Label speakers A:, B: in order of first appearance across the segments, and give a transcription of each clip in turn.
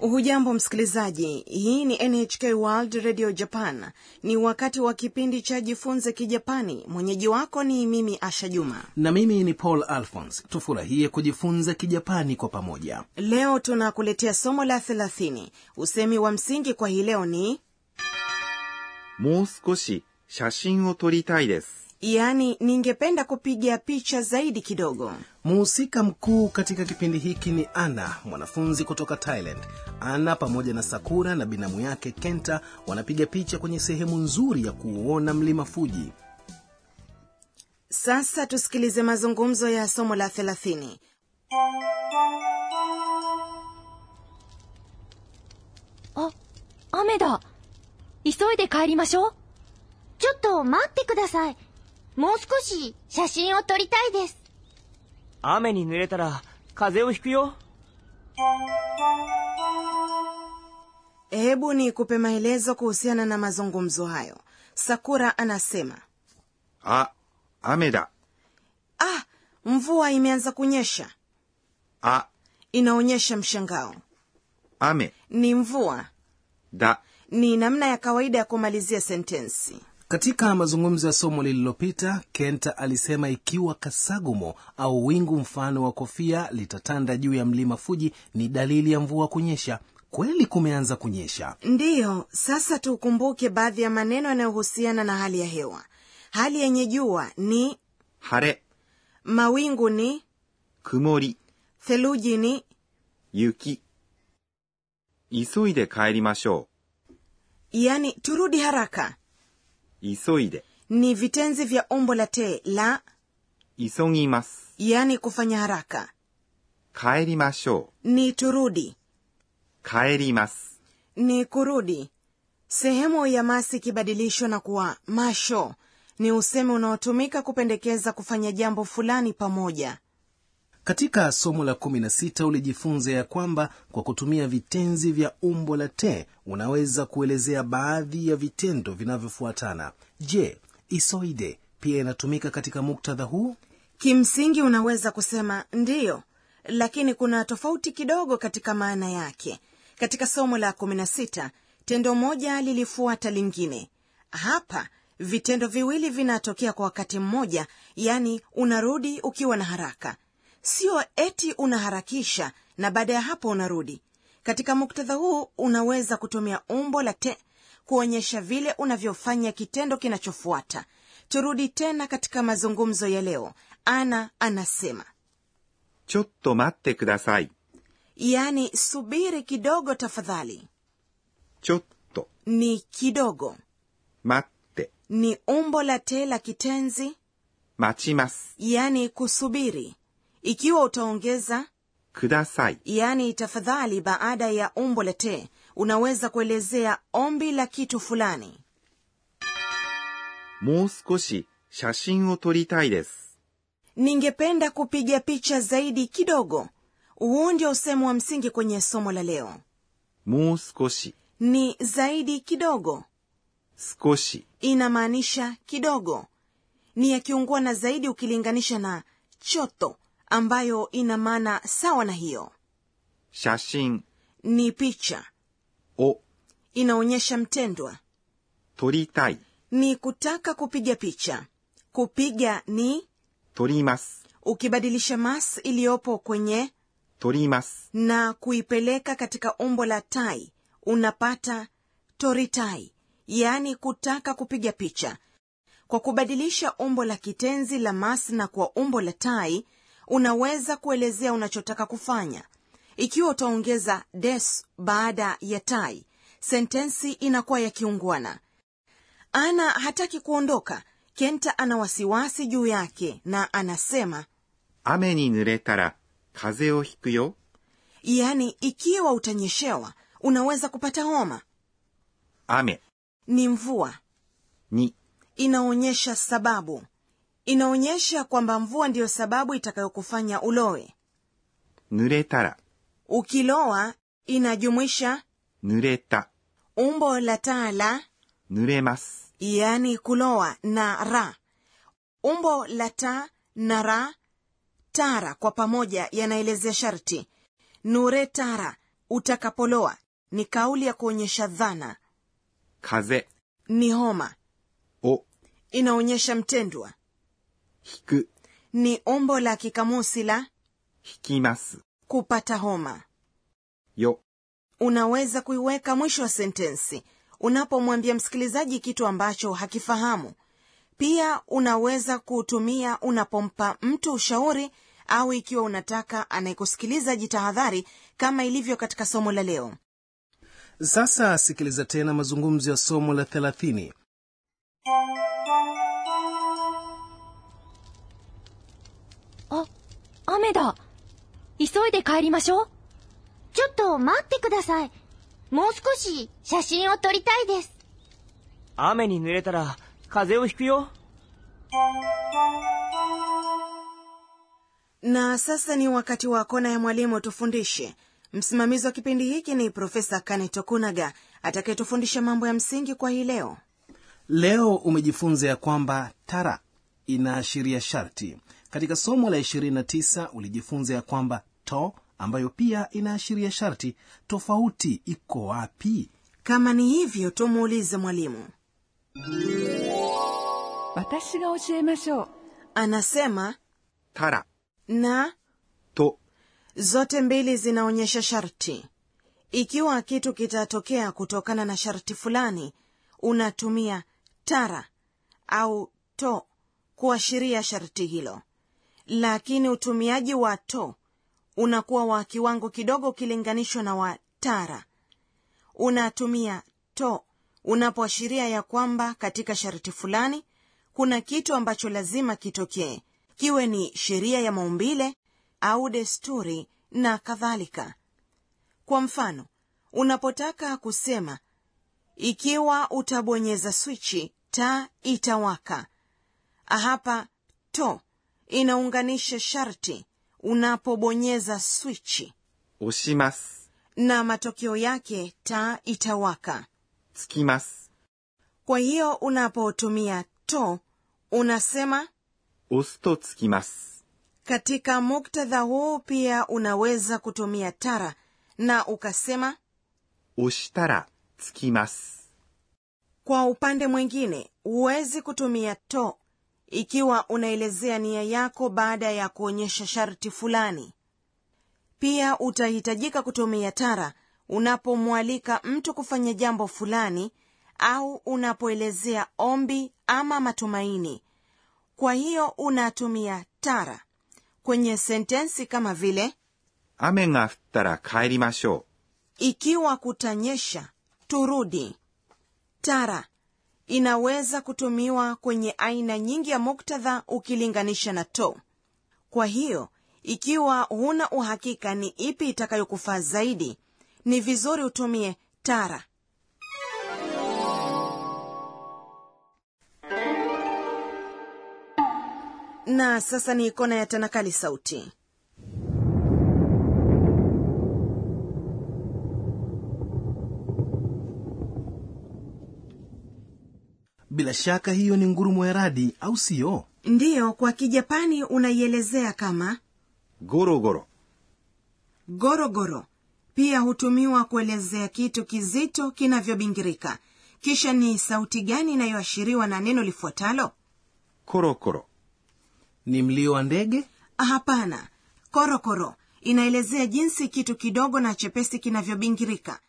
A: hujambo msikilizaji hii ni nhk world radio japan ni wakati wa kipindi cha jifunze kijapani mwenyeji wako ni mimi asha juma
B: na mimi ni paul alphons tufurahie kujifunza kijapani kwa pamoja
A: leo tunakuletea somo la 30 usemi wa msingi kwa hii leo ni
C: もう少し写真を撮りたいです。
A: yaani ningependa kupiga picha zaidi kidogo
B: muhusika mkuu katika kipindi hiki ni ana mwanafunzi kutoka thailand ana pamoja na sakura na binamu yake kenta wanapiga picha kwenye sehemu nzuri ya kuuona mlima fuji
A: sasa tusikilize mazungumzo ya somo la 30
D: あ、雨だ。急いで帰りましょう。
E: ちょっと待ってください。もう少し写真を撮りたいです。
F: 雨に濡れたら風邪をひくよ。
A: hebu ni kupe maelezo kuhusiana na mazungumzo hayo sakura anasema
C: あ、雨だ。
A: ah mvua imeanza kunyesha
C: あ、
A: inaonyesha mshangao
C: 雨
A: ni mvua
C: だ。
A: ni namna ya kawaida ya kumalizia sentensi
B: katika mazungumzo ya somo lililopita kenta alisema ikiwa kasagumo au wingu mfano wa kofia litatanda juu ya mlima fuji ni dalili ya mvua kunyesha kweli kumeanza kunyesha
A: ndiyo sasa tukumbuke baadhi ya maneno yanayohusiana na hali ya hewa hali yenye jua ni
C: 晴れ、
A: mawingu ni
C: 曇り、
A: theluji ni
C: 雪。急いで帰りましょ
A: yani turudi haraka
C: う。急いで、
A: ni vitenzi vya umbo la te la
C: 急ぎます。
A: yani kufanya haraka
C: 帰りましょ
A: ni turudi
C: う。帰ります。
A: ni kurudi sehemu ya masi ikibadilishwa na kuwa masho ni usemi unaotumika kupendekeza kufanya jambo fulani pamoja
B: katika somo la 16 ulijifunza ya kwamba kwa kutumia vitenzi vya umbo la te unaweza kuelezea baadhi ya vitendo vinavyofuatana je isoide pia inatumika katika muktadha huu
A: kimsingi unaweza kusema ndiyo lakini kuna tofauti kidogo katika maana yake katika somo la 16 tendo moja lilifuata lingine hapa vitendo viwili vinatokea kwa wakati mmoja yaani unarudi ukiwa na haraka sio eti unaharakisha na baada ya hapo unarudi katika muktadha huu unaweza kutumia umbo la te kuonyesha vile unavyofanya kitendo kinachofuata turudi tena katika mazungumzo ya leo ana anasema
C: ちょっと待ってください。
A: yaani subiri kidogo tafadhali
C: ちょっと、
A: ni kidogo
C: 待って、
A: ni umbo la te la kitenzi
C: 待ちます。
A: yaani kusubiri ikiwa utaongeza
C: ください。
A: yaani tafadhali baada ya umbo la te unaweza kuelezea ombi la kitu fulani
C: もう少し写真を撮りたいです。
A: ningependa kupiga picha zaidi kidogo huu ndio usemo wa msingi kwenye somo la leo
C: もう少し、
A: ni zaidi kidogo
C: 少し、
A: inamaanisha kidogo ni ya kiungua na zaidi ukilinganisha na choto ambayo ina maana sawa na hiyo
C: 写真
A: ni picha
C: を
A: inaonyesha mtendwa
C: 撮りたい。
A: ni kutaka kupiga picha kupiga ni
C: 撮ります。
A: ukibadilisha mas iliyopo kwenye
C: 撮ります。
A: na kuipeleka katika umbo la tai unapata toritai yaani kutaka kupiga picha kwa kubadilisha umbo la kitenzi la mas na kwa umbo la tai unaweza kuelezea unachotaka kufanya ikiwa utaongeza des baada ya tai sentensi inakuwa ya kiungwana ana hataki kuondoka kenta ana wasiwasi juu yake na anasema
C: 雨に濡れたら風邪をひくよ。
A: yaani ikiwa utanyeshewa unaweza kupata homa
C: 雨
A: ni mvua
C: に
A: inaonyesha sababu inaonyesha kwamba mvua ndiyo sababu itakayokufanya ulowe
C: 濡れたら
A: ukilowa inajumuisha
C: 濡れた
A: umbo la taa la
C: 濡れます。
A: yaani kulowa na ra umbo la ta na ra tara kwa pamoja yanaelezea sharti nure tara utakapoloa ni kauli ya kuonyesha dhana,
C: 風
A: ni homa,
C: を
A: inaonyesha mtendwa,
C: 引く、
A: ni ombo la kikamusi la
C: 引きます、
A: kupata homa.
C: よ、
A: Unaweza kuiweka mwisho wa sentensi unapomwambia msikilizaji kitu ambacho hakifahamu. Pia unaweza kuutumia unapompa mtu ushauri au ikiwa unataka anayekusikiliza jitahadhari, kama ilivyo katika somo la leo.
B: sasa sikiliza tena mazungumzo ya somo la 30
D: あ、雨だ。急いで帰りましょう。
E: ちょっと待ってください。もう少し写真を撮りたいです。
F: 雨に濡れたら風邪をひくよ。
A: Na sasa ni wakati wa kona ya mwalimu tufundishe. Msimamizi wa kipindi hiki ni Profesa Kane Tokunaga atakayetufundisha mambo ya msingi kwa hii leo.
B: Leo umejifunza ya kwamba tara inaashiria sharti. Katika somo la 29 ulijifunza ya kwamba to ambayo pia inaashiria sharti. Tofauti iko wapi?
A: Kama ni hivyo, tumuulize mwalimu.
G: 私が教えましょう
A: Anasema
C: たら、
A: na
C: と、
A: zote mbili zinaonyesha sharti. Ikiwa kitu kitatokea kutokana na sharti fulani, unatumia tara au to kuashiria sharti hilo, lakini utumiaji wa to unakuwa wa kiwango kidogo ukilinganishwa na wa tara. Unatumia to unapoashiria ya kwamba katika sharti fulani kuna kitu ambacho lazima kitokee, kiwe ni sheria ya maumbile au desturi na kadhalika. Kwa mfano, unapotaka kusema ikiwa utabonyeza swichi taa itawaka, hapa to inaunganisha sharti unapobonyeza swichi,
C: 押します、
A: na matokeo yake taa itawaka.
C: つきます、
A: Kwa hiyo unapotumia to unasema.
C: 押すとつきます、
A: Katika muktadha huu pia unaweza kutumia tara na ukasema.
C: 押したらつきます、
A: Kwa upande mwingine, huwezi kutumia to ikiwa unaelezea nia yako baada ya kuonyesha sharti fulani. Pia utahitajika kutumia tara unapomwalika mtu kufanya jambo fulani au unapoelezea ombi ama matumaini. Kwa hiyo unatumia tara kwenye sentensi kama vile
C: 雨が降ったら帰りましょ
A: ikiwa kutanyesha, turudi. Tara inaweza kutumiwa kwenye aina nyingi ya muktadha ukilinganisha na to. Kwa hiyo, ikiwa huna uhakika ni ipi itakayokufaa zaidi, ni vizuri utumie tara. Na sasa ni kona ya tanakali sauti.
B: bila shaka hiyo ni ngurumo ya radi au siyo
A: Ndiyo, kwa Kijapani unaielezea kama
C: う、ゴロゴロ、
A: gorogoro pia hutumiwa kuelezea kitu kizito kinavyobingirika kisha ni sauti gani inayoashiriwa na neno lifuatalo
C: コロコロ、
B: ni mlio wa ndege
A: hapana korokoro inaelezea jinsi kitu kidogo na chepesi kinavyobingirika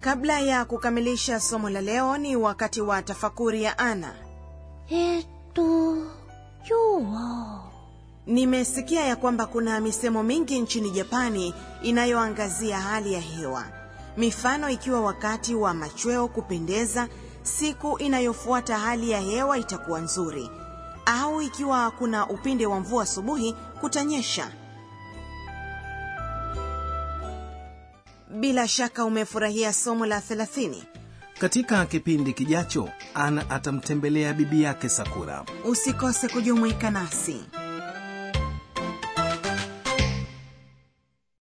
A: kabla ya kukamilisha somo la leo ni wakati wa tafakuri ya ana
E: えーっと、今日は、
A: Nimesikia ya kwamba kuna misemo mingi nchini Japani inayoangazia hali ya hewa, mifano ikiwa wakati wa machweo kupendeza, siku inayofuata hali ya hewa itakuwa nzuri, au ikiwa kuna upinde wa mvua asubuhi kutanyesha. Bila shaka umefurahia somo la 30.
B: katika kipindi kijacho ana atamtembelea bibi yake sakura
A: Usikose kujumuika nasi.